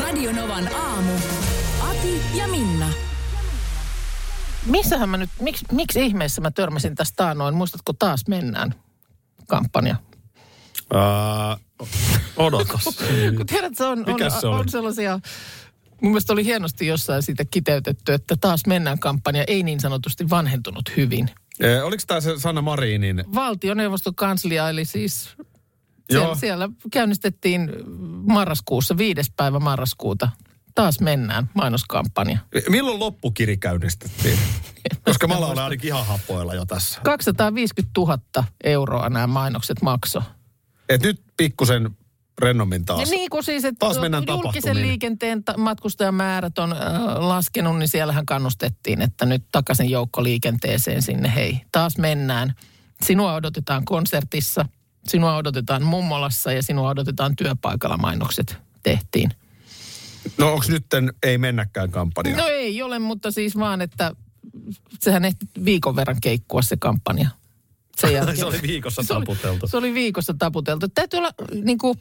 Radionovan aamu. Ati ja Minna. Missähän mä nyt, miksi, miksi ihmeessä mä törmäsin tästä taanoin? Muistatko taas mennään kampanja? Uh, odotas. Kun tiedät, se on, on, Mikäs se oli? on sellaisia... Mun mielestä oli hienosti jossain siitä kiteytetty, että taas mennään kampanja ei niin sanotusti vanhentunut hyvin. Eh, Oliko tämä se Sanna Marinin? Valtioneuvoston kanslia, eli siis siellä, Joo. siellä käynnistettiin marraskuussa, viides päivä marraskuuta. Taas mennään, mainoskampanja. Milloin loppukiri käynnistettiin? Koska mä olen ainakin ihan hapoilla jo tässä. 250 000 euroa nämä mainokset makso. Et nyt pikkusen rennommin Ja taas. niin kuin siis, että taas mennään julkisen tapahtumiin. liikenteen ta- matkustajamäärät on äh, laskenut, niin siellähän kannustettiin, että nyt takaisin joukkoliikenteeseen sinne, hei, taas mennään. Sinua odotetaan konsertissa, sinua odotetaan mummolassa ja sinua odotetaan työpaikalla mainokset tehtiin. No onko nytten ei mennäkään kampanja? No ei ole, mutta siis vaan, että sehän ehti viikon verran keikkua se kampanja. Sen jälkeen. se oli viikossa Se oli- taputeltu. Se oli viikossa taputeltu. Täytyy olla niin kuin,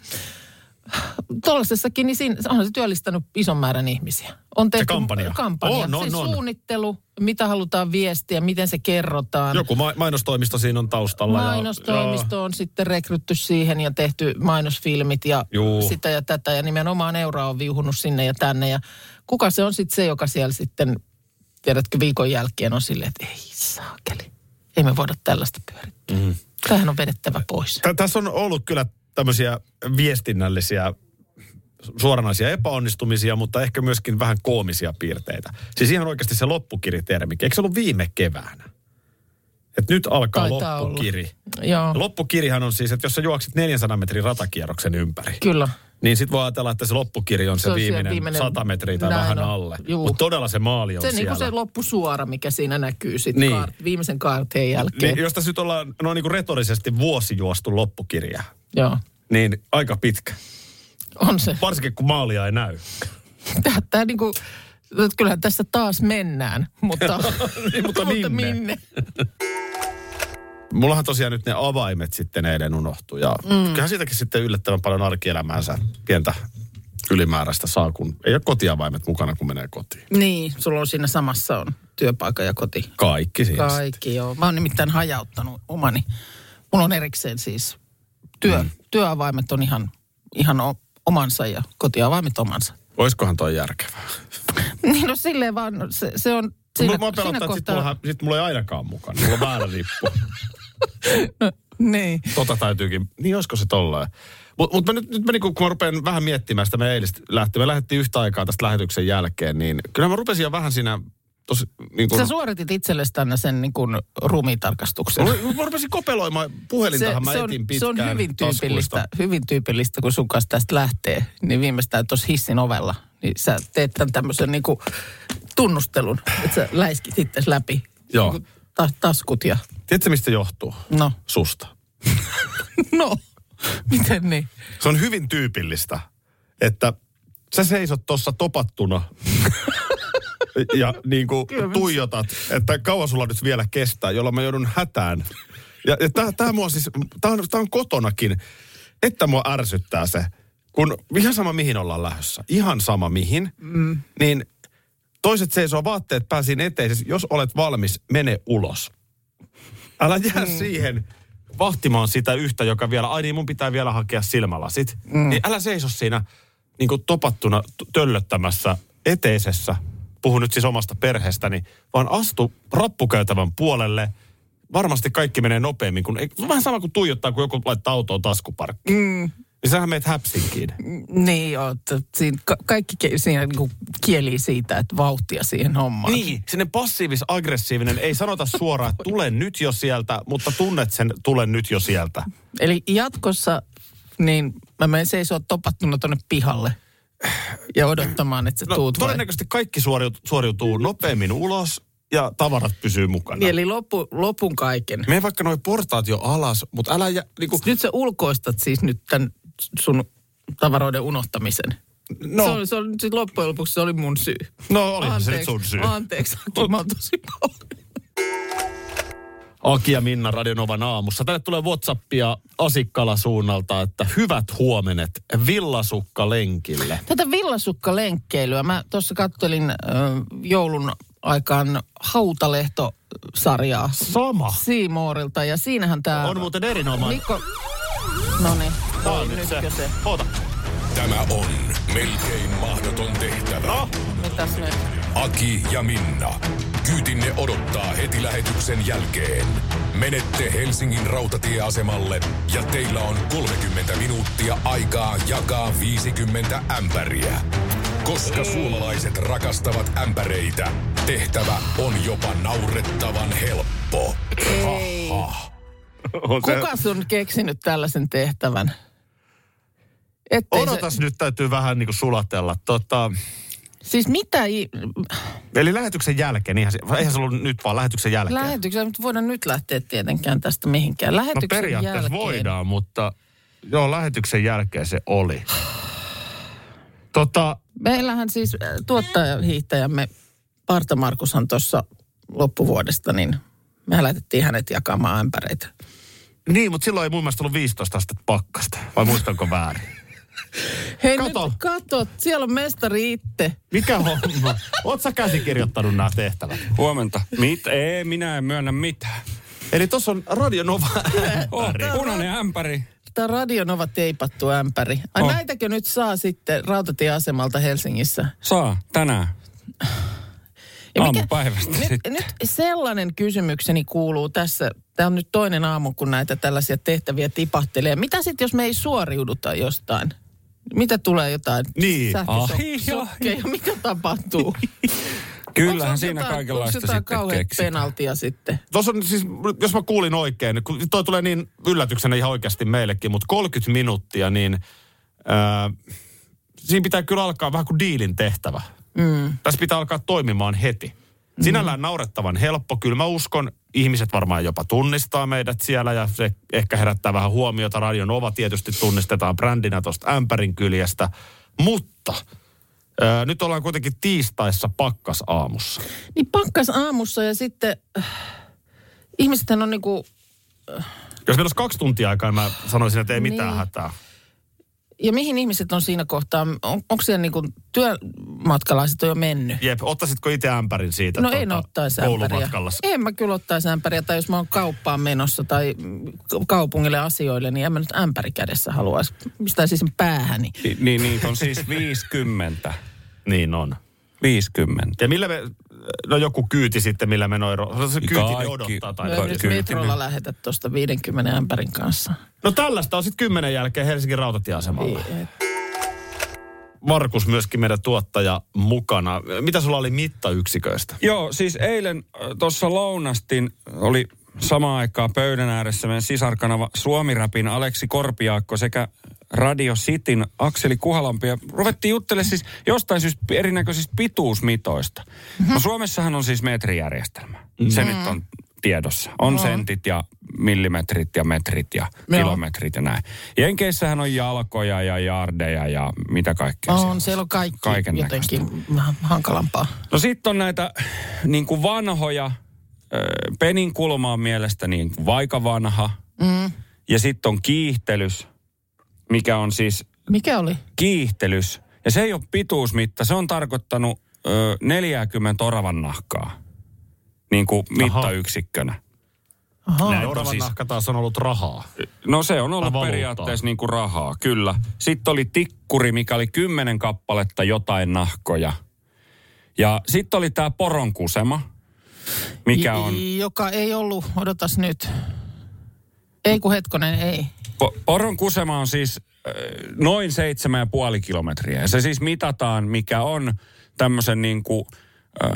tuollaisessakin, niin siinä, onhan se työllistänyt ison määrän ihmisiä. On tehty kampanja. kampanja. On, on, se on. suunnittelu, mitä halutaan viestiä, miten se kerrotaan. Joku ma- mainostoimisto siinä on taustalla. ja- Mainostoimisto on sitten rekrytty siihen ja tehty mainosfilmit ja Juu. sitä ja tätä. Ja nimenomaan euroa on viuhunut sinne ja tänne. Ja kuka se on sitten se, joka siellä sitten, tiedätkö, viikon jälkeen on silleen, että ei saakeli. Ei me voida tällaista pyörittää. Mm. Tämähän on vedettävä pois. Tä- Tässä on ollut kyllä tämmöisiä viestinnällisiä suoranaisia epäonnistumisia, mutta ehkä myöskin vähän koomisia piirteitä. Siis ihan oikeasti se loppukiritermi. Eikö se ollut viime keväänä? Et nyt alkaa Taitaa olla. No. loppukiri. Joo, Loppukirihan on siis, että jos sä juoksit 400 metrin ratakierroksen ympäri, kyllä. niin sit voi ajatella, että se loppukiri on se, Se on siellä viimeinen, viimeinen- 100 metriä tai Näin vähän on. alle. Juu. Mutta todella se maali on Se, niin siellä. kuin se loppusuora, mikä siinä näkyy sitten Niin. niin. kaart, viimeisen kaarteen jälkeen. niin, Niin, jos tässä nyt ollaan no niin kuin retorisesti vuosi juostu loppukirja, Joo, niin aika pitkä. on se. Varsinkin kun maalia ei näy. Tää, tää niinku, kyllähän tässä taas mennään, mutta, Niin, mutta minne? Mullahan tosiaan nyt ne avaimet sitten eilen unohtui. Ja mm. kyllähän siitäkin sitten yllättävän paljon arkielämäänsä pientä ylimääräistä saa, kun ei ole kotiavaimet mukana, kun menee kotiin. Niin, sulla on siinä samassa on työpaikka ja koti. Kaikki siis. siinä. sitten. Kaikki, joo. Mä oon nimittäin hajauttanut omani. Mulla on erikseen siis työ, mm. työavaimet on ihan, ihan o- omansa ja kotiavaimet omansa. Oiskohan toi järkevää? Niin no silleen vaan, no se, se on siinä, Siinä, mä pelottaa, siinä että sit, kohtaa. mulla, sit mulla ei ainakaan mukana. Mulla on väärä lippu. Niin. tota täytyykin, niin olisiko se tolleen. Mutta mut mä nyt, nyt mä niinku, kun mä rupean vähän miettimään sitä meidän eilistä lähtöä, me lähdettiin yhtä aikaa tästä lähetyksen jälkeen, niin kyllä mä rupesin jo vähän siinä, tos, niin Sä kuin, suoritit itsellesi tänne sen niin kuin ruumiintarkastuksen. mä, mä rupesin kopeloimaan puhelintahan mä se, on, se etin pitkään on hyvin taskuista. tyypillistä, hyvin tyypillistä, kun sun kanssa tästä lähtee, niin viimeistään tuossa hissin ovella, niin sä teet tämän tämmöisen niinku tunnustelun, että sä läiskit itse läpi Joo. Niinku ta- taskut ja Tiedätkö mistä se johtuu? no, Susta. no, miten niin? Se on hyvin tyypillistä, että sä seisot tuossa topattuna ja niin kuin tuijotat, että kauan sulla nyt vielä kestää, jolloin mä joudun hätään. Ja, ja tää, tää mua siis, tää on, tää on kotonakin, että mua ärsyttää se, kun ihan sama mihin ollaan lähdössä, ihan sama mihin, mm. niin toiset seisoo vaatteet pääsiin eteen, siis jos olet valmis, mene ulos. Älä jää mm. siihen vahtimaan sitä yhtä, joka vielä, ai niin mun pitää vielä hakea silmälasit. Mm. Niin älä seiso siinä niin kuin topattuna t- töllöttämässä eteisessä, puhun nyt siis omasta perheestäni, vaan astu rappukäytävän puolelle. Varmasti kaikki menee nopeammin, kun ei, vähän sama kuin tuijottaa, kun joku laittaa autoon taskuparkkiin. Mm. Niin sähän meet häpsinkiin. Niin joo, että siinä, ka- kaikki ke- siinä niinku kielii siitä, että vauhtia siihen hommaan. Niin, sinne passiivis-aggressiivinen ei sanota suoraan, että tule nyt jo sieltä, mutta tunnet sen tule nyt jo sieltä. Eli jatkossa, niin mä menen seisoa topattuna tuonne pihalle. ja odottamaan, että sä No, tuut vai? todennäköisesti kaikki suoriutuu, suoriutuu nopeammin ulos ja tavarat pysyy mukana. Niin, Eli loppu, lopun kaiken. Mene vaikka noin portaat jo alas, mutta älä jä, niinku, Nyt sä ulkoistat siis nyt tämän sun tavaroiden unohtamisen. No. Se, no, oli, se oli, sit loppujen lopuksi se oli mun syy. no olihan se nyt sun syy. Anteeksi, Aki, mä oon tosi pahoillani. Aki ja Minna Radionovan aamussa. Tänne tulee Whatsappia Asikkala suunnalta, että hyvät huomenet villasukka lenkille. Tätä villasukkalenkkeilyä, mä tuossa kattelin ö, joulun aikaan Hautalehto-sarjaa Sama. Siimoorilta ja siinähän tämä... On muuten erinomainen. Mikko... No niin, Tää on nyt se. se. Oota. Tämä on melkein mahdoton tehtävä. No. Mitäs nyt? Aki ja Minna. Kyytinne odottaa heti lähetyksen jälkeen. Menette Helsingin rautatieasemalle ja teillä on 30 minuuttia aikaa jakaa 50 ämpäriä. Koska suomalaiset rakastavat ämpäreitä, tehtävä on jopa naurettavan helppo. Ei. Ha-ha. On se- Kuka sun keksinyt tällaisen tehtävän? Ettei Odotas nyt, täytyy vähän niinku sulatella. Tota, Se, siis mitä i- eli lähetyksen jälkeen, eihän se, eihän se ollut nyt vaan lähetyksen jälkeen. lähetyksen, mutta voidaan nyt lähteä tietenkään tästä mihinkään. no Lähetyksen periaatteessa jälkeen. voidaan, mutta joo, lähetyksen jälkeen se oli. Tota, Meillähän siis äh, tuottajahiihtäjämme Parta Markushan tuossa loppuvuodesta, niin me lähetettiin hänet jakamaan ämpäreitä. niin, mutta silloin ei mun mielestä ollut 15 astetta pakkasta. Vai muistanko väärin? Hei Kato. nyt kato, siellä on mestari itse. Mikä homma? Oot sä käsikirjoittanut nämä tehtävät? Huomenta. Mit? Ei, minä en myönnä mitään. Eli tuossa on Radio Nova Oh, ämpäri. punainen ämpäri. Tämä radionova teipattu ämpäri. Ai On. näitäkö nyt saa sitten rautatieasemalta Helsingissä? Saa tänään. Ja mikä- Aamupäivästä Nyt, sitten. nyt sellainen kysymykseni kuuluu tässä. Tämä on nyt toinen aamu, kun näitä tällaisia tehtäviä tipahtelee. Mitä sitten, jos me ei suoriuduta jostain? Mitä tulee jotain Niin. Ahi, sähkösokkeja? Mitä tapahtuu? Kyllähän Onks siinä jotain- kaikenlaista onks jotain sitten kauheat keksitään. penaltia sitten. Tuossa on siis, jos mä kuulin oikein, kun toi tulee niin yllätyksenä ihan oikeasti meillekin, mutta 30 minuuttia, niin ää, siinä pitää kyllä alkaa vähän kuin diilin tehtävä. Mm. Tässä pitää alkaa toimimaan heti. Sinällään naurettavan helppo. Kyllä mä uskon, ihmiset varmaan jopa tunnistaa meidät siellä ja se ehkä herättää vähän huomiota. Radio Nova tietysti tunnistetaan brändinä tuosta ämpärin kyljestä. Mutta ää, nyt ollaan kuitenkin tiistaissa pakkasaamussa. Niin pakkas aamussa ja sitten... äh, Ihmisethän on niinku... Jos meillä olisi kaksi tuntia aikaa, mä sanoisin, että ei mitään Niin. hätää. Ja mihin ihmiset on siinä kohtaa? On, onko siellä niinku työmatkalaiset on jo mennyt? Jep, ottaisitko itse ämpärin siitä? tota, No tota, en ottaisi ämpäriä. koulumatkallasi? En mä kyllä ottaisi ämpäriä, tai jos mä oon kauppaan menossa tai mm, kaupungille asioille, niin en mä nyt ämpäri kädessä haluaisi. Mistä siis sen päähäni? Ni- Niin, niitä on siis 50. Niin on. 50. Ja millä me, no joku kyyti sitten, millä me noin, ro- se kyyti ne Kaikki. odottaa tai Ai, No toi ei nyt kyllä. metrolla lähetä tuosta 50 ämpärin kanssa. No tällaista on sitten kymmenen jälkeen Helsingin rautatieasemalla. Ei, et. Markus myöskin meidän tuottaja mukana. Mitä sulla oli mittayksiköistä? Joo, siis eilen tuossa lounastin oli samaan aikaan pöydän ääressä meidän sisarkanava Suomirapin Aleksi Korpiaakko sekä Radio Cityn Akseli Kuhalampi. Ja ruvettiin juttelemaan siis jostain syystä erinäköisistä pituusmitoista. Mhm. No Suomessahan on siis metrijärjestelmä. Se nyt on tiedossa. On sentit ja millimetrit ja metrit ja Joo. kilometrit ja näin. Jenkeissähän on jalkoja ja jaardeja ja mitä kaikkea On, siellä siellä on kaikki Kaiken näköistä. jotenkin vähän hankalampaa. No sitten on näitä niin kuin vanhoja, ö, penin kulma on mielestäni niin kuin vaika vanha. Mm. Ja sitten on kiihtelys, mikä on siis Mikä oli? kiihtelys. Ja se ei ole pituusmitta, se on tarkoittanut ö, 40 oravan nahkaa niin kuin mittayksikkönä. Aha. Näin Oravan siis- nahka taas on ollut rahaa. No se on ollut Tai valuuttaa. periaatteessa niin kuin rahaa, kyllä. Sitten oli tikkuri, mikä oli kymmenen kappaletta jotain nahkoja. Ja sitten oli tämä poronkusema, mikä on... Joka ei ollut, odotas nyt. Ei kun hetkonen, ei. Po- Poron kusema on siis äh, noin 7,5 kilometriä. Ja se siis mitataan, mikä on tämmöisen niin kuin, äh,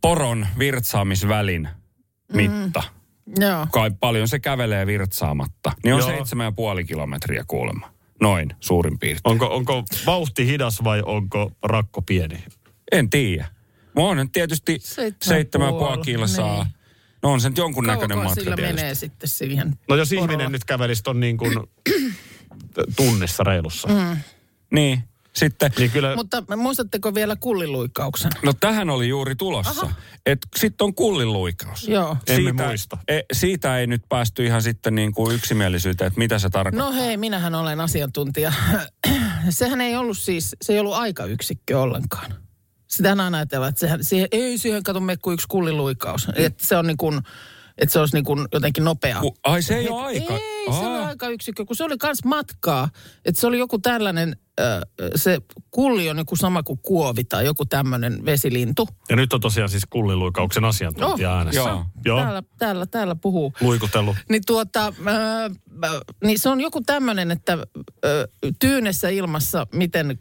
poron virtsaamisvälin mitta. Joo. Kai paljon se kävelee virtsaamatta. Niin on Joo. 7,5 kilometriä kuulemma. Noin, suurin piirtein. Onko, onko vauhti hidas vai onko rakko pieni? En tiedä. Mua on nyt tietysti Seitsemän seitsemän puoli, puoli kilsaa. niin. No on se nyt jonkunnäköinen Kauankohan matka sillä tietysti. menee sitten siihen No jos porolla? ihminen nyt kävelisi ton niin kuin tunnissa reilussa, mm. Niin, sitten... niin kyllä Mutta muistatteko vielä kulliluikkauksen? No tähän oli juuri tulossa. että Sitten on kullinluikaus. Joo. Emme muista. E, siitä ei nyt päästy ihan sitten niin kuin yksimielisyyteen, että mitä se tarkoittaa. No hei, minähän olen asiantuntija. Sehän ei ollut siis, se ei ollut aikayksikkö ollenkaan. Sitähän aina ajatellaan, että sehän, siihen, ei siihen kato mene kuin yksi kulliluikaus. Että se on niin kuin, että se olisi niin kuin jotenkin nopea. Ku, ai se ei ole Ei, aika. se oli Aa, aikayksikkö, kun se oli kans matkaa. Että se oli joku tällainen, äh, se kulli on joku sama kuin kuovi tai joku tämmöinen vesilintu. Ja nyt on tosiaan siis kulliluikauksen asiantuntija Oh, äänessä. joo. joo. Täällä, täällä, täällä puhuu. Luikutellut. Niin tuota, äh, niin se on joku tämmöinen, että äh, tyynessä ilmassa, miten,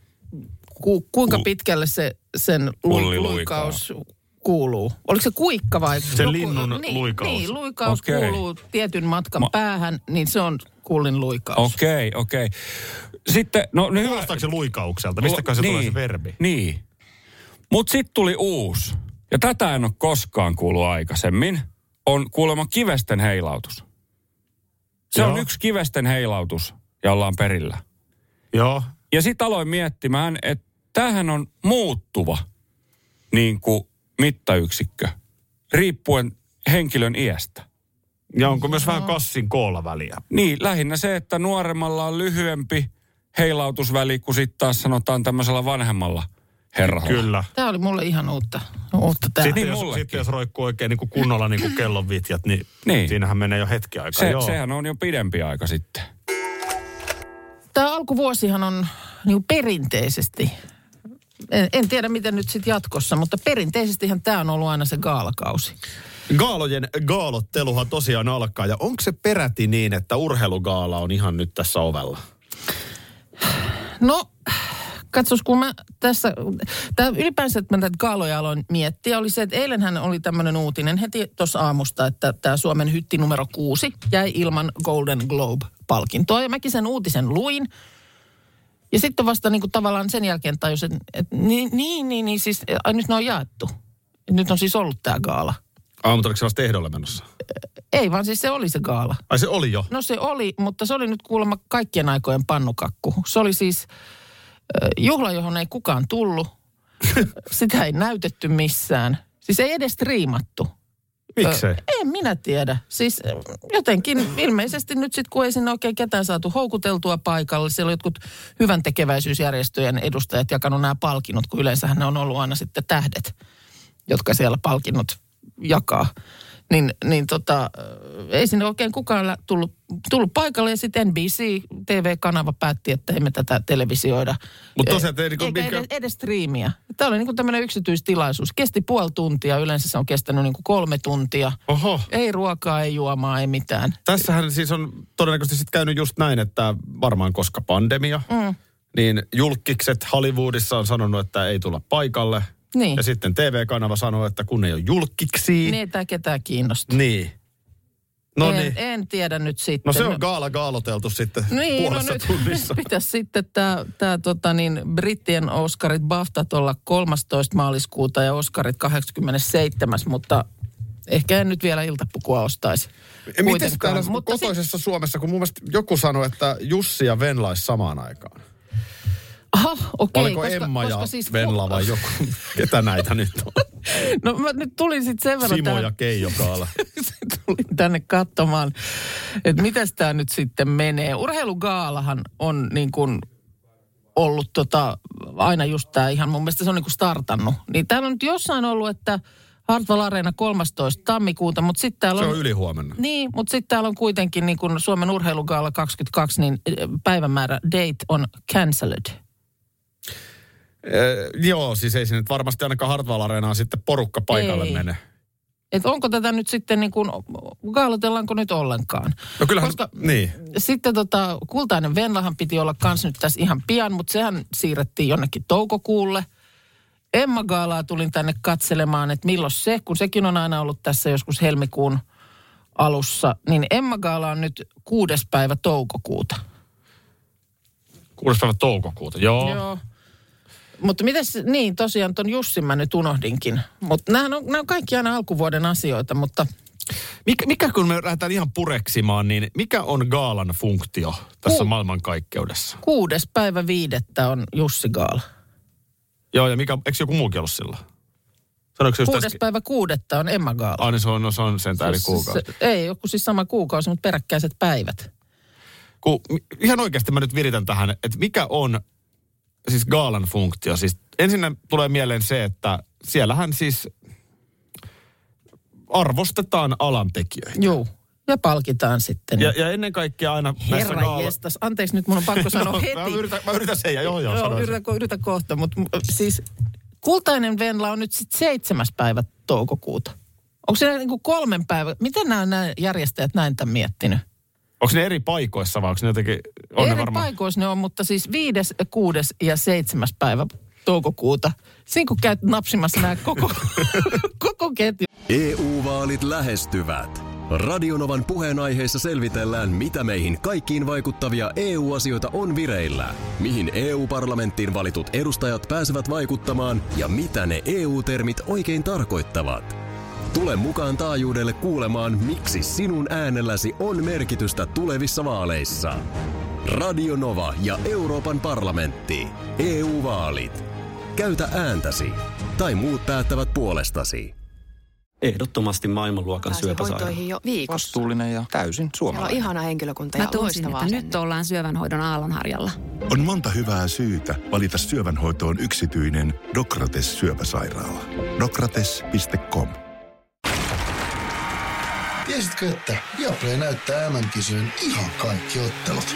ku, kuinka Ku- pitkälle se, sen Kulli lu, luikaa. luikaus kuuluu. Oliko se kuikka vai? Se linnun niin, luikaus. Niin, luikaus Okei. kuuluu tietyn matkan Ma- päähän, niin se on kullin luikaus. Okei, okei. Sitten, no niin hyvä. Kuulostaako se luikaukselta? Mistäköhän se niin, tulee se verbi? Niin. Mutta sitten tuli uusi. Ja tätä en ole koskaan kuullut aikaisemmin. On kuulemma kivesten heilautus. Se Joo. on yksi kivesten heilautus, ja ollaan perillä. Joo. Ja sitten aloin miettimään, että tämähän on muuttuva niin kuin mittayksikkö, riippuen henkilön iästä. Ja onko myös vähän kassin koolla väliä? Niin, lähinnä se, että nuoremmalla on lyhyempi heilautusväli kuin sitten taas sanotaan tämmöisellä vanhemmalla herralla. Kyllä. Tämä oli mulle ihan uutta, uutta tää. Sitten, Oh. Niin jos, mullekin. sitten jos roikkuu oikein niin kuin kunnolla niin kuin kellon vitjat, niin, Niin. siinähän menee jo hetki aikaa. Se, joo. sehän on jo pidempi aika sitten. Tämä alkuvuosihan on niin perinteisesti, en, en tiedä miten nyt sitten jatkossa, mutta perinteisestihän tämä on ollut aina se gaalakausi. Gaalojen gaalotteluhan tosiaan alkaa. Ja onko se peräti niin, että urheilugaala on ihan nyt tässä ovella? No, katsos, kun mä tässä, tämä ylipäänsä, että mä näitä kaaloja aloin miettiä, oli se, että eilenhän oli tämmöinen uutinen heti tuossa aamusta, että tämä Suomen hytti numero kuusi jäi ilman Golden Globe-palkintoa. Ja mäkin sen uutisen luin. Ja sitten vasta niin kuin tavallaan sen jälkeen tajusin, että, että niin, niin, niin, niin, siis ai, nyt ne on jaettu. Nyt on siis ollut tämä gaala. Aamuta oliko se vasta ehdolle menossa? Ei vaan siis se oli se gaala. Ai se oli jo. No se oli, mutta se oli nyt kuulemma kaikkien aikojen pannukakku. Se oli siis ö, juhla, johon ei kukaan tullut. Sitä ei näytetty missään. Siis ei edes striimattu. Miksei? En minä tiedä. Siis ö, jotenkin ilmeisesti nyt sitten, kun ei sinne oikein ketään saatu houkuteltua paikalle. Siellä on jotkut hyvän tekeväisyysjärjestöjen edustajat jakanut nämä palkinnot, kun yleensähän ne on ollut aina sitten tähdet, jotka siellä palkinnot jakaa. Niin, niin tota, ö, ei sinne oikein kukaan lä- tullut, tullut paikalle ja sitten NBC TV-kanava päätti, että emme tätä televisioida. e- Mutta tosiaan, ei Eikä niinku mikä... edes, edes striimiä. Tämä oli niinku tämmöinen yksityistilaisuus. Kesti puoli tuntia, yleensä se on kestänyt niinku kolme tuntia. Oho. Ei ruokaa, ei juomaa, ei mitään. Tässähän siis on todennäköisesti sitten käynyt just näin, että varmaan koska pandemia, mm. niin julkikset Hollywoodissa on sanonut, että ei tulla paikalle. Niin. Ja sitten TV-kanava sanoo, että kun ei ole julkiksi. Niin ei tämä ketään kiinnosta. niin. No en, niin. en tiedä nyt sitten. No se on gaala gaaloteltu sitten niin, Niin, no puolessa nyt tunnissa. pitäisi sitten tämä tää, tota niin, brittien Oscarit Baftat olla 13. maaliskuuta ja Oscarit 87. Mutta ehkä en nyt vielä iltapukua ostaisi. Miten Kuitenkaan. täällä Mutta sit- kotoisessa Suomessa, kun mun mielestä joku sanoi, että Jussi ja Venlais samaan aikaan. Aha, okei. siis Oliko Emma ja Venla vai joku? Ketä näitä nyt on? No mä nyt tulin sitten sen verran Simo tähän, ja Keijo Kaala. tulin tänne katsomaan, että mitäs tämä nyt sitten menee. Urheilugaalahan on niin kuin ollut tota, aina just tämä ihan, mun mielestä se on niin kuin startannut. Niin täällä on nyt jossain ollut, että Hartwall Areena 13. tammikuuta, mutta sitten täällä Se on yli huomenna. Niin, mutta sitten täällä on kuitenkin niin kuin Suomen urheilugaala 22, niin eh, päivämäärä date on cancelled. Eh, joo, siis ei se nyt varmasti ainakaan Hartwall Areenaan sitten porukka paikalle Ei. mene. Että onko tätä nyt sitten niin kuin, gaalotellaanko nyt ollenkaan? No kyllähän, Koska- niin. Sitten tota, kultainen Venlahan piti olla kans nyt tässä ihan pian, mutta sehän siirrettiin jonnekin toukokuulle. Emma Gaalaa tulin tänne katselemaan, että milloin se, kun sekin on aina ollut tässä joskus helmikuun alussa, niin Emma Gaala on nyt kuudes päivä toukokuuta. 6. päivä toukokuuta, joo. joo. Joo. Mutta mitäs, niin tosiaan ton Jussin mä nyt unohdinkin. Mutta nämä on, nää on kaikki aina alkuvuoden asioita, mutta Mikä, mikä kun me lähdetään ihan pureksimaan, niin mikä on gaalan funktio tässä Ku- maailmankaikkeudessa? kuudes päivä viidettä on Jussi Gaala. Joo, ja mikä, eikö joku muukin ollut sillä? Sanoiko se just Kuudes äsken? päivä kuudetta on Emma Gaala. Ah, niin se on, no, se on sentään eri Siis kuukausi. se- Ei, joku siis sama kuukausi, mutta peräkkäiset päivät. Ku, mi- ihan oikeasti mä nyt viritän tähän, että mikä on siis gaalan funktio. Siis ensinnä tulee mieleen se, että siellähän siis arvostetaan alantekijöitä. Joo. Ja palkitaan sitten. Ja, ja ennen kaikkea aina näissä Herra gaala- jestas, anteeksi nyt mun on pakko sanoa No, heti. Mä yritän, mä yritän sen ja joo joo, Joo, sanoin sen. yritä, yritä kohta, mutta siis kultainen Venla on nyt sitten seitsemäs päivä toukokuuta. Onko se niin kuin kolmen päivän? Miten nämä, nämä järjestäjät näin tämän miettinyt? Onko ne eri paikoissa vai onko ne jotenkin... On Eri ne varmaan... paikoissa ne on, mutta siis viides, kuudes ja seitsemäs päivä toukokuuta. Siinä kun käyt napsimassa nämä koko, koko ketju. EU-vaalit E lähestyvät. Radionovan puheenaiheessa selvitellään, mitä meihin kaikkiin vaikuttavia EU-asioita on vireillä, mihin EU-parlamenttiin valitut edustajat pääsevät vaikuttamaan ja mitä ne EU-termit oikein tarkoittavat. Tule mukaan taajuudelle kuulemaan, miksi sinun äänelläsi on merkitystä tulevissa vaaleissa. Radio Nova ja Euroopan parlamentti. EU-vaalit. Käytä ääntäsi. Tai muut päättävät puolestasi. Ehdottomasti maailmanluokan syöpäsairaala. hoitoihin jo viikossa. Vastuullinen ja täysin Siellä on suomalainen. ihana henkilökunta Mä ja toisin, loistavaa että nyt asennetta. ollaan syövänhoidon aallonharjalla. On monta hyvää syytä valita syövänhoitoon yksityinen Dokrates syöpäsairaala. Dokrates.com Tiesitkö, että Viaplay näyttää MM-kisojen ihan kaikki ottelut?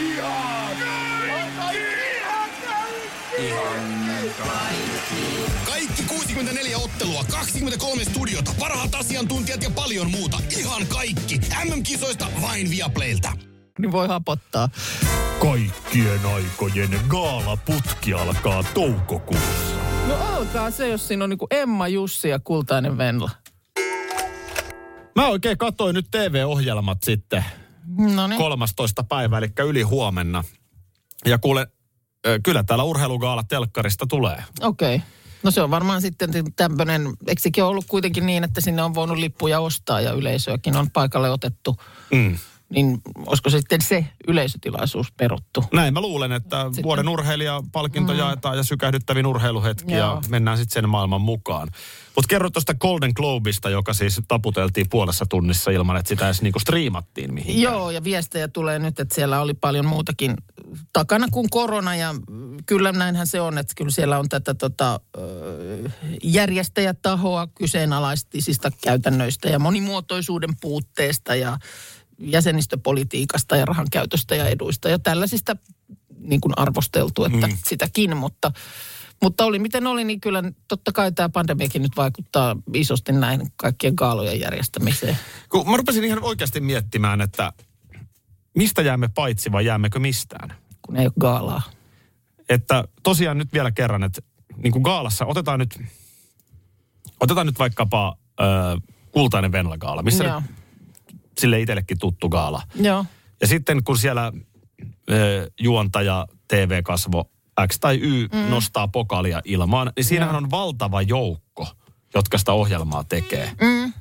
Kaikki 64 ottelua, 23 studiota, parhaat asiantuntijat ja paljon muuta. Ihan kaikki. MM-kisoista vain Viaplaylta. Niin voi hapottaa. Kaikkien aikojen gaalaputki alkaa toukokuussa. No alkaa se, jos siinä on niin kuin Emma, Jussi ja kultainen Venla. Mä oikein katsoin nyt TV-ohjelmat sitten No niin. 13. päivä, eli yli huomenna. Ja kuule, ö, kyllä täällä urheilugaala telkkarista tulee. Okei. Okay. No se on varmaan sitten tämmöinen, eikö sekin ollut kuitenkin niin, että sinne on voinut lippuja ostaa ja yleisöäkin on paikalle otettu. Mm. Niin olisiko sitten se yleisötilaisuus peruttu? Näin mä luulen, että sitten. vuoden urheilijapalkinto mm. jaetaan ja sykähdyttävin urheiluhetki ja Joo. mennään sitten sen maailman mukaan. Mutta kerro tuosta Golden Globista, joka siis taputeltiin puolessa tunnissa ilman, että sitä edes niinku striimattiin mihinkään. Joo, ja viestejä tulee nyt, että siellä oli paljon muutakin takana kuin korona, ja mm, kyllä näinhän se on, että kyllä siellä on tätä tota, ö, järjestäjätahoa kyseenalaistisista käytännöistä ja monimuotoisuuden puutteesta ja jäsenistöpolitiikasta ja rahan käytöstä ja eduista ja tällaisista niin kuin arvosteltu, että mm. sitäkin, mutta mutta oli miten oli, niin kyllä totta kai tämä pandemiakin nyt vaikuttaa isosti näin kaikkien kaalojen järjestämiseen. Kun mä rupesin ihan oikeasti miettimään, että mistä jäämme paitsi vai jäämmekö mistään. kun ei ole gaalaa. Että tosiaan nyt vielä kerran, että niin kuin gaalassa otetaan nyt, otetaan nyt vaikkapa ö, kultainen Venla-gaala, missä Joo. nyt sille itsellekin tuttu gaala. Joo. Ja sitten kun siellä ö, juontaja, TV-kasvo X tai Y mm. nostaa pokalia ilmaan, niin siinähän on valtava joukko, jotka sitä ohjelmaa tekee. Mm.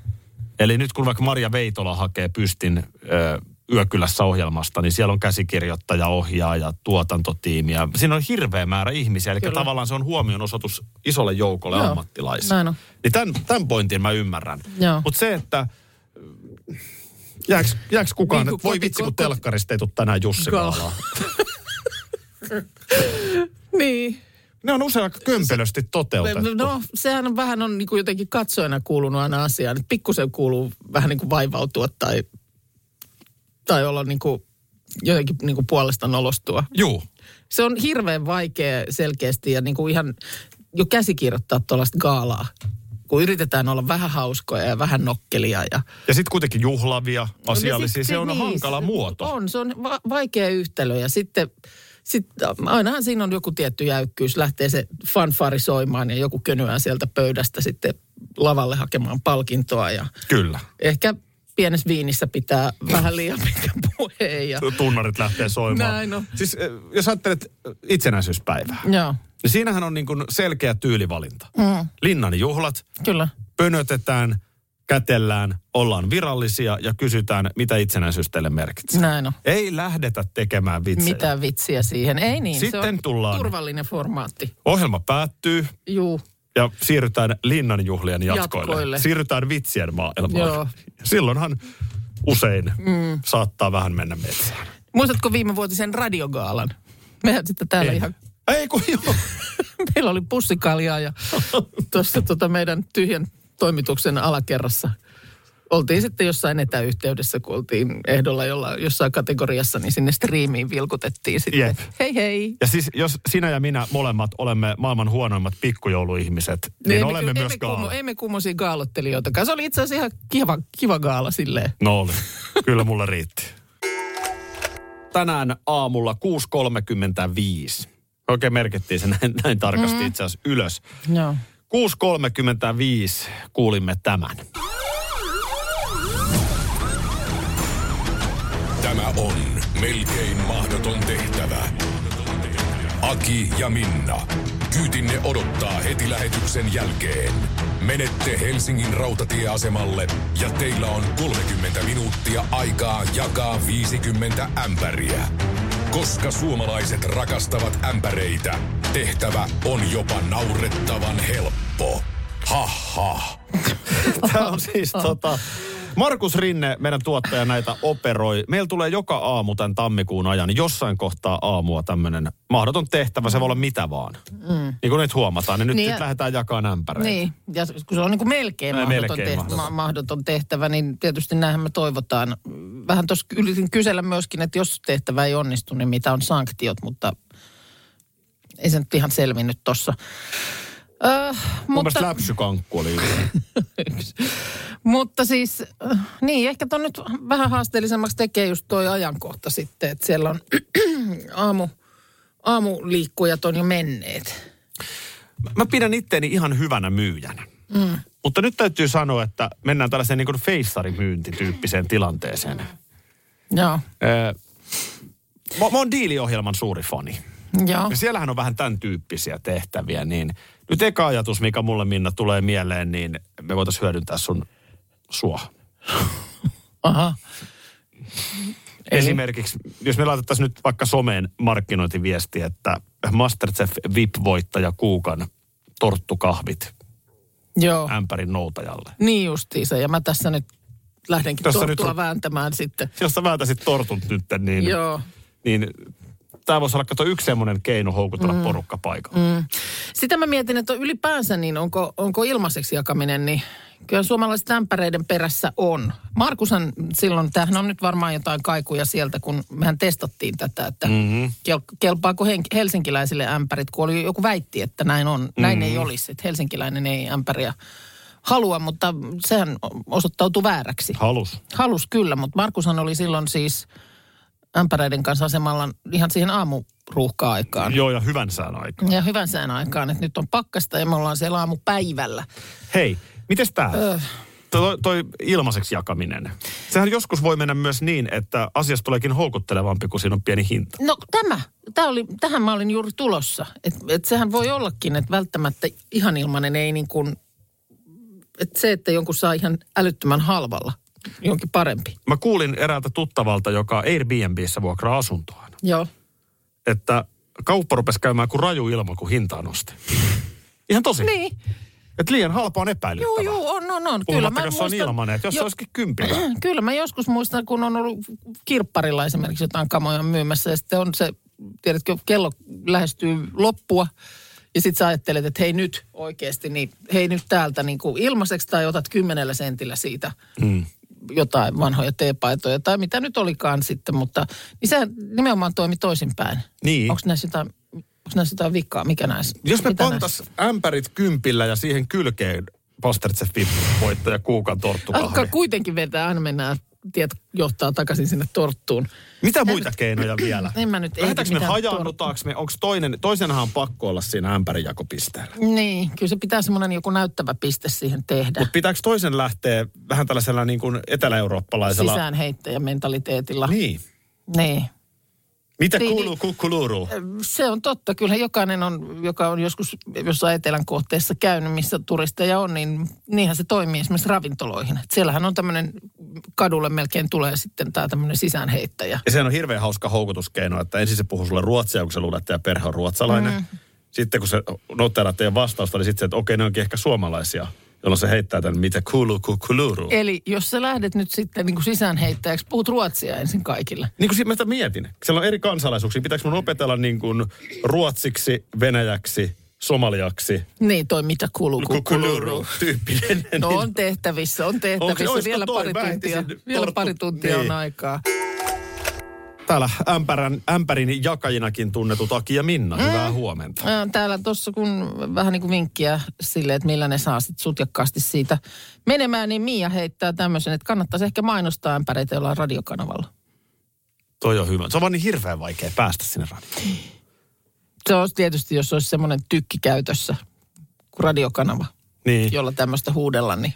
Eli nyt kun vaikka Maria Veitola hakee pystin ö, Yökylässä ohjelmasta, niin siellä on käsikirjoittaja, ohjaaja, tuotantotiimiä. Siinä on hirveä määrä ihmisiä, eli Kyllä. tavallaan se on huomionosoitus isolle joukolle Joo, ammattilaisia. näin on. Niin tämän, tämän pointin mä ymmärrän. Joo. Mutta se, että Jääks, jääks kukaan? Niin Niin kuin voi koti- vitsi, kun koti- telkkarista ei tule tänään Jussi Joo. Gaalaa. Niin. Ne on usein aika kömpelösti toteutettu. No, sehän on vähän on niin kuin jotenkin katsojana kuulunut aina asiaan. Että pikkusen kuuluu vähän niin kuin vaivautua tai, tai olla niin kuin jotenkin niin kuin puolesta nolostua. Juu. Se on hirveän vaikea selkeästi ja niin kuin ihan jo käsikirjoittaa tuollaista gaalaa, kun yritetään olla vähän hauskoja ja vähän nokkelia ja Ja sitten kuitenkin juhlavia, No ne asiallisia. sit- Se on niin, hankala se- muoto. On, se on va- vaikea yhtälö ja sitten sit, ainahan siinä on joku tietty jäykkyys. Lähtee se fanfari soimaan ja joku könyää sieltä pöydästä sitten lavalle hakemaan palkintoa ja Kyllä. ehkä pienessä viinissä pitää vähän liian pitkä puhe. Ja, Tunnarit lähtee soimaan. Näin on. Mm. Siis eh, jos ajattelet itsenäisyyspäivää, joo, niin siinähän on niin kuin selkeä tyylivalinta. Mm. Linnan juhlat, kyllä. pönötetään, kätellään, ollaan virallisia ja kysytään, mitä itsenäisyys teille merkitsee. Näin on. Ei lähdetä tekemään vitsejä. Mitä vitsiä siihen? Ei niin, se Sitten on tullaan- turvallinen formaatti. Ohjelma päättyy Juu, ja siirrytään linnanjuhlien jatkoille. Jatkoille. Siirrytään vitsien maailmaan. Joo. Silloinhan usein mm. saattaa vähän mennä metsään. Muistatko viime vuotisen radiogaalan? Mehän sitten täällä ihan, Ei kun joo. meillä oli pussikaljaa ja tuossa tota meidän tyhjän toimituksen alakerrassa. Oltiin sitten jossain etäyhteydessä, kun oltiin ehdolla jolla, jossain kategoriassa, niin sinne striimiin vilkutettiin sitten. Jep. Hei hei. Ja siis jos sinä ja minä molemmat olemme maailman huonoimmat pikkujouluihmiset, No niin emme kyllä- olemme myös emme kummo- kaala. Emme kummosia gaalottelijoitakaan. Se oli itse asiassa ihan kiva, kiva gaala silleen. No oli. Kyllä mulla riitti. Tänään aamulla 6.35. Oikein merkittiin se näin, näin tarkasti mm. itse asiassa ylös. Joo. 6.35 kuulimme tämän. Tämä on melkein mahdoton tehtävä. Aki ja Minna, kyytinne odottaa heti lähetyksen jälkeen. Menette Helsingin rautatieasemalle ja teillä on 30 minuuttia aikaa jakaa 50 ämpäriä. Koska suomalaiset rakastavat ämpäreitä, tehtävä on jopa naurettavan helppo. Ha ha. Tämä on siis tota... Markus Rinne, meidän tuottaja, näitä operoi. Meillä tulee joka aamu tämän tammikuun ajan jossain kohtaa aamua tämmöinen mahdoton tehtävä. Se voi olla mitä vaan. Mm. Niin kuin nyt huomataan, niin nyt, Niin niin ja- nyt lähdetään jakamaan ämpäreitä. Niin, ja kun se on niin kuin melkein, No, mahdoton, melkein tehtävä, mahdoton. mahdoton. mahdoton tehtävä, niin tietysti näinhän me toivotaan. Vähän tuossa yritin kysellä myöskin, että jos tehtävä ei onnistu, niin mitä on sanktiot, mutta ei se nyt ihan selvinnyt tuossa. Öö, Mun mielestä mutta, läpsykankku oli hyvä. mutta siis, äh, niin ehkä tuon nyt vähän haasteellisemmaksi tekee just toi ajankohta sitten, että siellä on aamu, aamuliikkujat on jo menneet. mä pidän itteeni ihan hyvänä myyjänä. Mm. Mutta nyt täytyy sanoa, että mennään tällaiseen niin kuin feissarimyyntityyppiseen tilanteeseen. Joo, Öö, mä, mä oon diiliohjelman suuri fani. joo. Ja siellähän on vähän tämän tyyppisiä tehtäviä, niin nyt eka ajatus, mikä mulle Minna tulee mieleen, niin me voitaisiin hyödyntää sun sua. Aha. Eli? Esimerkiksi, jos me laitettaisiin nyt vaikka someen markkinointiviesti, että Masterchef VIP-voittaja Kuukan torttukahvit Joo. ämpärin noutajalle. Niin justiinsa, ja mä tässä nyt lähdenkin Tässä Tossa nyt torttua on- nyt... vääntämään sitten. Jos sä vääntäisit tortut nyt, niin... Joo. niin tämä voisi olla kato yksi semmoinen keino houkutella mm. porukka paikalle. Mm. Sitä mä mietin, että ylipäänsä niin onko, onko ilmaiseksi jakaminen, niin kyllä suomalaiset ämpäreiden perässä on. Markushan silloin, tämähän on nyt varmaan jotain kaikuja sieltä, kun mehän testattiin tätä, että mm-hmm. kel- kelpaako hen- helsinkiläisille ämpärit, kun oli, joku väitti, että näin on. Näin mm-hmm. ei olisi, että helsinkiläinen ei ämpäriä halua, mutta sehän osoittautui vääräksi. Halus. Halus kyllä, mutta Markushan oli silloin siis ämpäreiden kanssa asemalla ihan siihen aamuruuhka-aikaan. Joo, ja hyvän sään aika. Ja hyvän sään aikaan, että nyt on pakkasta ja me ollaan siellä aamupäivällä. Hei, mites tää? Öö. Toi, toi ilmaiseksi jakaminen. Sehän joskus voi mennä myös niin, että asiasta tuleekin houkuttelevampi, kun siinä on pieni hinta. No tämä, tämä oli, tähän mä olin juuri tulossa. Et, et sehän voi ollakin, että välttämättä ihan ilmanen ei niin kuin, että se, että jonkun saa ihan älyttömän halvalla, niin onkin parempi. Mä kuulin eräältä tuttavalta, joka Airbnbissä vuokraa asuntoa, Joo. että kauppa rupesi käymään kuin raju ilma, kun hintaa nosti. Ihan tosi. Niin, Että liian halpa on epäilyttävää. juu, juu, on, on, on. Kyllä, Puhumattakaan, jos se on ilmanen, että jos se Jo- olisikin kympillä. Kyllä mä joskus muistan, kun on ollut kirpparilla esimerkiksi jotain kamoja myymässä ja sitten on se, tiedätkö, kello lähestyy loppua ja sitten sä ajattelet, että hei nyt oikeasti, niin hei nyt täältä niin kuin ilmaiseksi tai otat kymmenellä sentillä siitä mm. jotain vanhoja teepaitoja tai mitä nyt olikaan sitten, mutta niin sehän nimenomaan toimi toisinpäin. Niin. Onko näissä jotain, onko näissä jotain vikaa, mikä näissä? Jos me mitä näissä? pantas ämpärit kympillä ja siihen kylkeen Masterchef voittaja Kuukan torttukahvi. Alkaa kuitenkin vetää, aina mennään tiet johtaa takaisin sinne torttuun. Mitä muita keinoja vielä? En mä nyt ehdi Lähdetäänkö me mitään hajaannutaanko me? Onko toinen, toisenhan on pakko olla siinä ämpärijakopisteellä. Niin, kyllä se pitää semmoinen joku näyttävä piste siihen tehdä. Mutta pitääkö toisen lähteä vähän tällaisella niin kuin eteläeurooppalaisella? Sisäänheittäjä mentaliteetilla. Niin. niin. Mitä Niin, kuuluu kukkuluuruun? Se on totta. Kyllä jokainen on, joka on joskus jossain etelän kohteessa käynyt, missä turisteja on, niin niinhän se toimii esimerkiksi ravintoloihin. Et siellähän on tämmöinen, kadulle melkein tulee sitten tämä tämmöinen sisäänheittäjä. Ja sehän on hirveän hauska houkutuskeino, että ensin se puhuu sulle ruotsia, kun sä luulet, että teidän perhe on ruotsalainen. Mm. Sitten kun se noteeraa teidän vastausta, niin sitten se, että okei, ne onkin ehkä suomalaisia, jolloin se heittää tämän, mitä kuuluu kukkuluuruun. Eli jos sä lähdet nyt sitten niin kuin sisäänheittäjäksi, puhut ruotsia ensin kaikille. Niin kuin sit mä sitä mietin. Siellä on eri kansalaisuuksia. Pitääkö mun opetella niin kuin ruotsiksi, venäjäksi, somaliaksi? Niin, toi mitä kuuluu, Kukuluru. Tyyppinen. No on tehtävissä, on tehtävissä. olisiko vielä, pari toi? Mä ehtisin tuntia, torttu- vielä pari tuntia on Niin. aikaa. Täällä ämpärän, ämpärin jakajinakin tunnetut Aki ja Minna. Mm. Hyvää huomenta. Ää, Täällä tuossa kun vähän niin kuin vinkkiä sille, että millä ne saa sit sutjakkaasti siitä menemään, niin Mia heittää tämmöisen, että kannattaisi ehkä mainostaa ämpäreitä jollain radiokanavalla. Toi on hyvä. Se on vaan niin hirveän vaikea päästä sinne radioon. Se olisi tietysti, jos olisi semmoinen tykki käytössä kuin radiokanava, Niin. jolla tämmöistä huudella, niin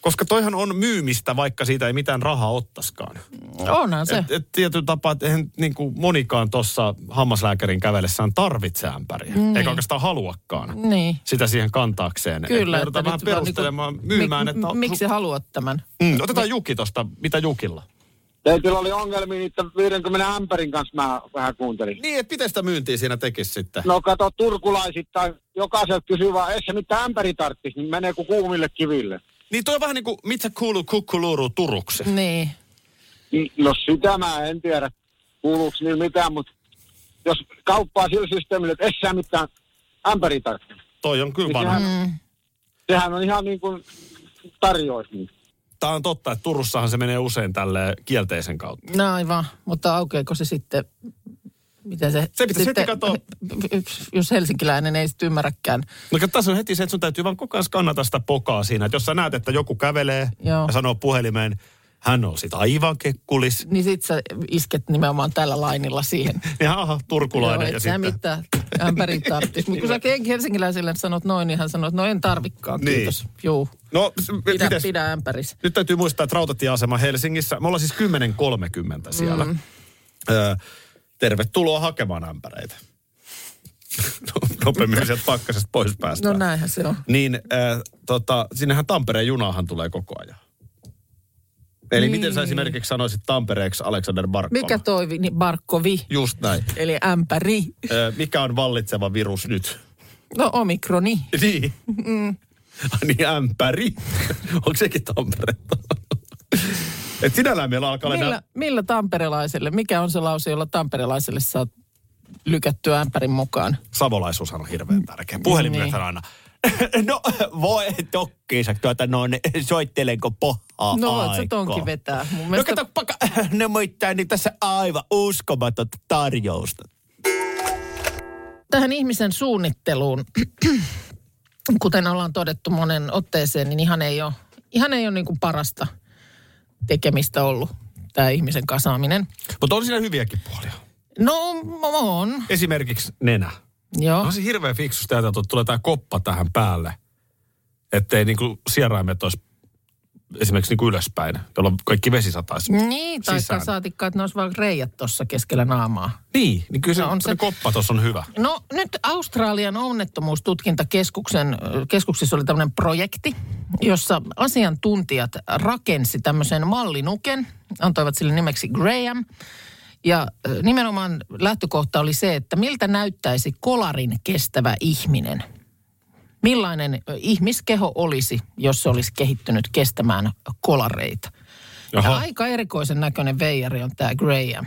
Koska toihan on myymistä, vaikka siitä ei mitään rahaa ottaskaan. onhan se. No, Et, et tietyllä tapaa, että eihän niin kuin monikaan tuossa hammaslääkärin kävellessään tarvitse ämpäriä. Mm. Eikä oikeastaan haluakaan. Niin. sitä siihen kantaakseen. Kyllä. Et me joudutaan vähän nyt vaan perustelemaan, niinku- myymään, mik- että... no, m- Miksi sä haluat tämän? Mm, otetaan Juki tosta. Mitä Jukilla? Teillä oli ongelmia niiden 50 ämpärin kanssa, mä vähän kuuntelin. Niin, että miten sitä myyntiä siinä tekisi sitten? No kato, turkulaisittain jokaiselta kysyy vaan, ei se nyt ämpäri tarttis, niin menee kuin kuumille kiville. Niin toi on vähän niin kuin, mitä kuuluu kukkuluuru Turuksi. Niin. N- No sitä mä en tiedä, kuuluuko niin mitään, mutta jos kauppaa sillä systeemillä, että ei sä mitään ämpäri tarttis. Toi on kyllä Niin vanha. sehän, sehän on ihan niin kuin tarjois. Niin. Tämä on totta, että Turussahan se menee usein tälle kielteisen kautta. No aivan, mutta aukeeko se sitten, miten se... Se pitäisi heti sitten- katsoa. Jos helsinkiläinen ei sitten ymmärräkään. No kato, tässä on heti se, että sun täytyy vaan koko ajan skannata sitä pokaa siinä. Että jos sä näet, että joku kävelee Joo. ja sanoo puhelimeen, hän on sitä aivan kekkulis. Niin sit sä isket nimenomaan tällä lainilla siihen. Niin aha, turkulainen. Joo, ja et sä sitten... mitään ämpärin tarttis. Mutta kun sä helsinkiläisille sanot noin, niin hän sanoo, että no en tarvikkaan, Niin. kiitos. Juu, No, s- pidä, mites- pidä ämpäris. Nyt täytyy muistaa, että rautatieasema Helsingissä, me ollaan siis 10.30 siellä. Mm. Öö, tervetuloa hakemaan ämpäreitä. No, Nopeammin sieltä pakkasesta pois No päästään. näinhän se on. Niin, öö, tota, sinnehän Tampereen junahan tulee koko ajan. Eli niin. miten sä esimerkiksi sanoisit Tampereeksi Alexander Barkkala? Mikä toi vi- niin barkkovi? Just näin. Eli ämpäri. Öö, mikä on vallitseva virus nyt? No omikroni. Niin. Mm. Niin ämpäri. Onko sekin Tamperetta? Et sinällään meillä alkaa olla Millä, millä tamperelaiselle, mikä on se lause, jolla tamperelaiselle saa lykättyä ämpärin mukaan? savolaisuushan on hirveän Niin. tärkeä. Puhelimyöthän aina. No voi tokkiinsa, tuota noin, soittelenko pohaa No voit sä tonkin vetää. Mun No mielestä kato, paka, ne muittaa niin tässä aivan uskomatonta tarjousta. tähän ihmisen suunnitteluun, kuten ollaan todettu monen otteeseen, niin ihan ei ole, ihan ei ole niin kuin parasta tekemistä ollut tämä ihmisen kasaaminen. Mutta on siinä hyviäkin puolia. No on, Esimerkiksi nenä. joo. On No se hirveän fiksusti ajateltu, että tulee tämä koppa tähän päälle. Ettei niinku sieraimet olisi esimerkiksi niinku ylöspäin, jolloin kaikki vesi sataisi. Niin, taikka sisään. saatikka, että ne olisi vaan reijät tuossa keskellä naamaa. Niin, niin kyllä se, No on on se... se- koppa tuossa on hyvä. No nyt Australian onnettomuustutkintakeskuksen ö, keskuksessa oli tämmöinen projekti, jossa asiantuntijat rakensi tämmöisen mallinuken, antoivat sille nimeksi Graham. Ja ö, nimenomaan lähtökohta oli se, että miltä näyttäisi kolarin kestävä ihminen. Millainen ö, ihmiskeho olisi, jos se olisi kehittynyt kestämään kolareita. Ja Jaha. aika erikoisen näköinen veijari on tämä Graham.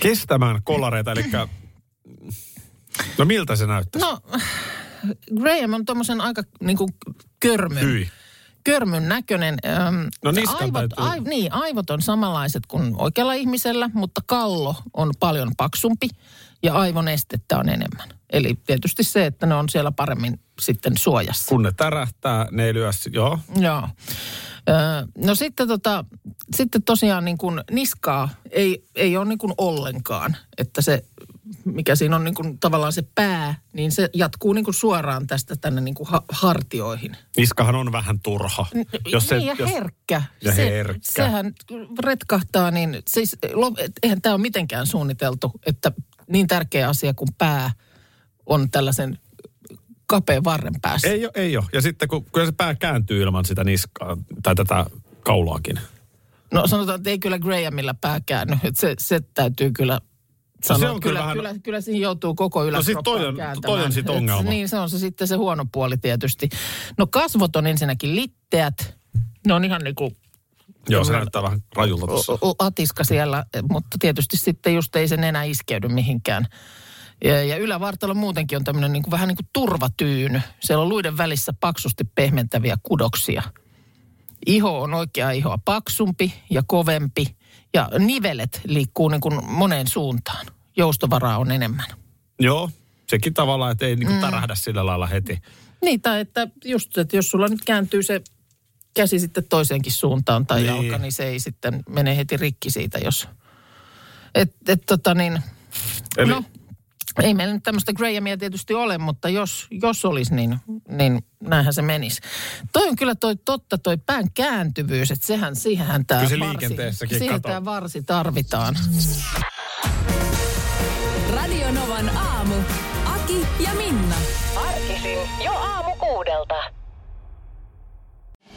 kestämään kolareita, eli no miltä se näyttää? No, Graham on tuommoisen aika niin kuin körmyn, Hyi. körmyn näköinen. Öm, No niskan aivot, täytyy- aiv, niin, aivot on samanlaiset kuin oikealla ihmisellä, mutta kallo on paljon paksumpi ja aivon estettä on enemmän. Eli tietysti se, että ne on siellä paremmin sitten suojassa. Kun ne tärähtää, ne ei lyö, si- joo. Joo. Öö, no sitten, tota, sitten tosiaan niin kuin niskaa ei, ei ole niin kuin ollenkaan, että se mikä siinä on niin kuin tavallaan se pää, niin se jatkuu niin kuin suoraan tästä tänne niin kuin ha- hartioihin. Niskahan on vähän turha. Jos se, niin ja jos... herkkä. Ja se, herkkä. Sehän retkahtaa, niin siis lo- et- eihän tämä ole mitenkään suunniteltu, että niin tärkeä asia kuin pää on tällaisen kapean varren päässä. Ei ole, ei ole. Ja sitten kun kyllä se pää kääntyy ilman sitä niskaa tai tätä kaulaakin. No sanotaan, että ei kyllä Grahamilla pää käänny. Että se, se täytyy kyllä sanoa. se No, on kyllä, kyllä vähän- No kyllä, kyllä siinä joutuu koko yläkroppaan sit toi on- kääntämään. toi on sit Et ongelma. niin, se on se sitten se huono puoli tietysti. No kasvot on ensinnäkin litteät. Ne on ihan niin kuin Joo, se näyttää vähän rajulta tuossa. o- o- atiska siellä, mutta tietysti sitten just ei sen enää iskeydy mihinkään. Ja, ja ylävartalo muutenkin on tämmöinen niin kuin, vähän niin kuin turvatyyny. Siellä on luiden välissä paksusti pehmentäviä kudoksia. Iho on oikea ihoa paksumpi ja kovempi. Ja nivelet liikkuu niin kuin moneen suuntaan. Joustovaraa on enemmän. Joo, sekin tavallaan, että ei niinku tärähdä sillä lailla heti. Niin, tai että just, että jos sulla nyt kääntyy se käsi sitten toiseenkin suuntaan tai Niin. niin. jalka, niin se ei sitten mene heti rikki siitä, jos... Et, et tota niin, Eli- Eli... no, ei meillä nyt tämmöistä Grahamia tietysti ole, mutta jos, jos olisi, niin, niin näinhän se menisi. Toi on kyllä toi totta, toi pään kääntyvyys, että sehän, siihenhän tämä Kyllä se varsi, liikenteessäkin siihen kato. tämä varsi tarvitaan. Radio Novan aamu. Aki ja Minna. Arkisin jo aamu kuudelta.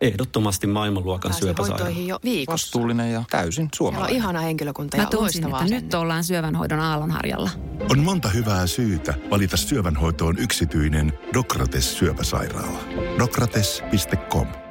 Ehdottomasti maailmanluokan syöpäsairaala. jo viikossa. Vastuullinen ja täysin Siellä on suomalainen. ihana henkilökunta ja Mä tunsin, loistava että asenne. nyt ollaan syövänhoidon aallonharjalla. On monta hyvää syytä valita syövänhoitoon yksityinen Dokrates syöpäsairaala. Dokrates.com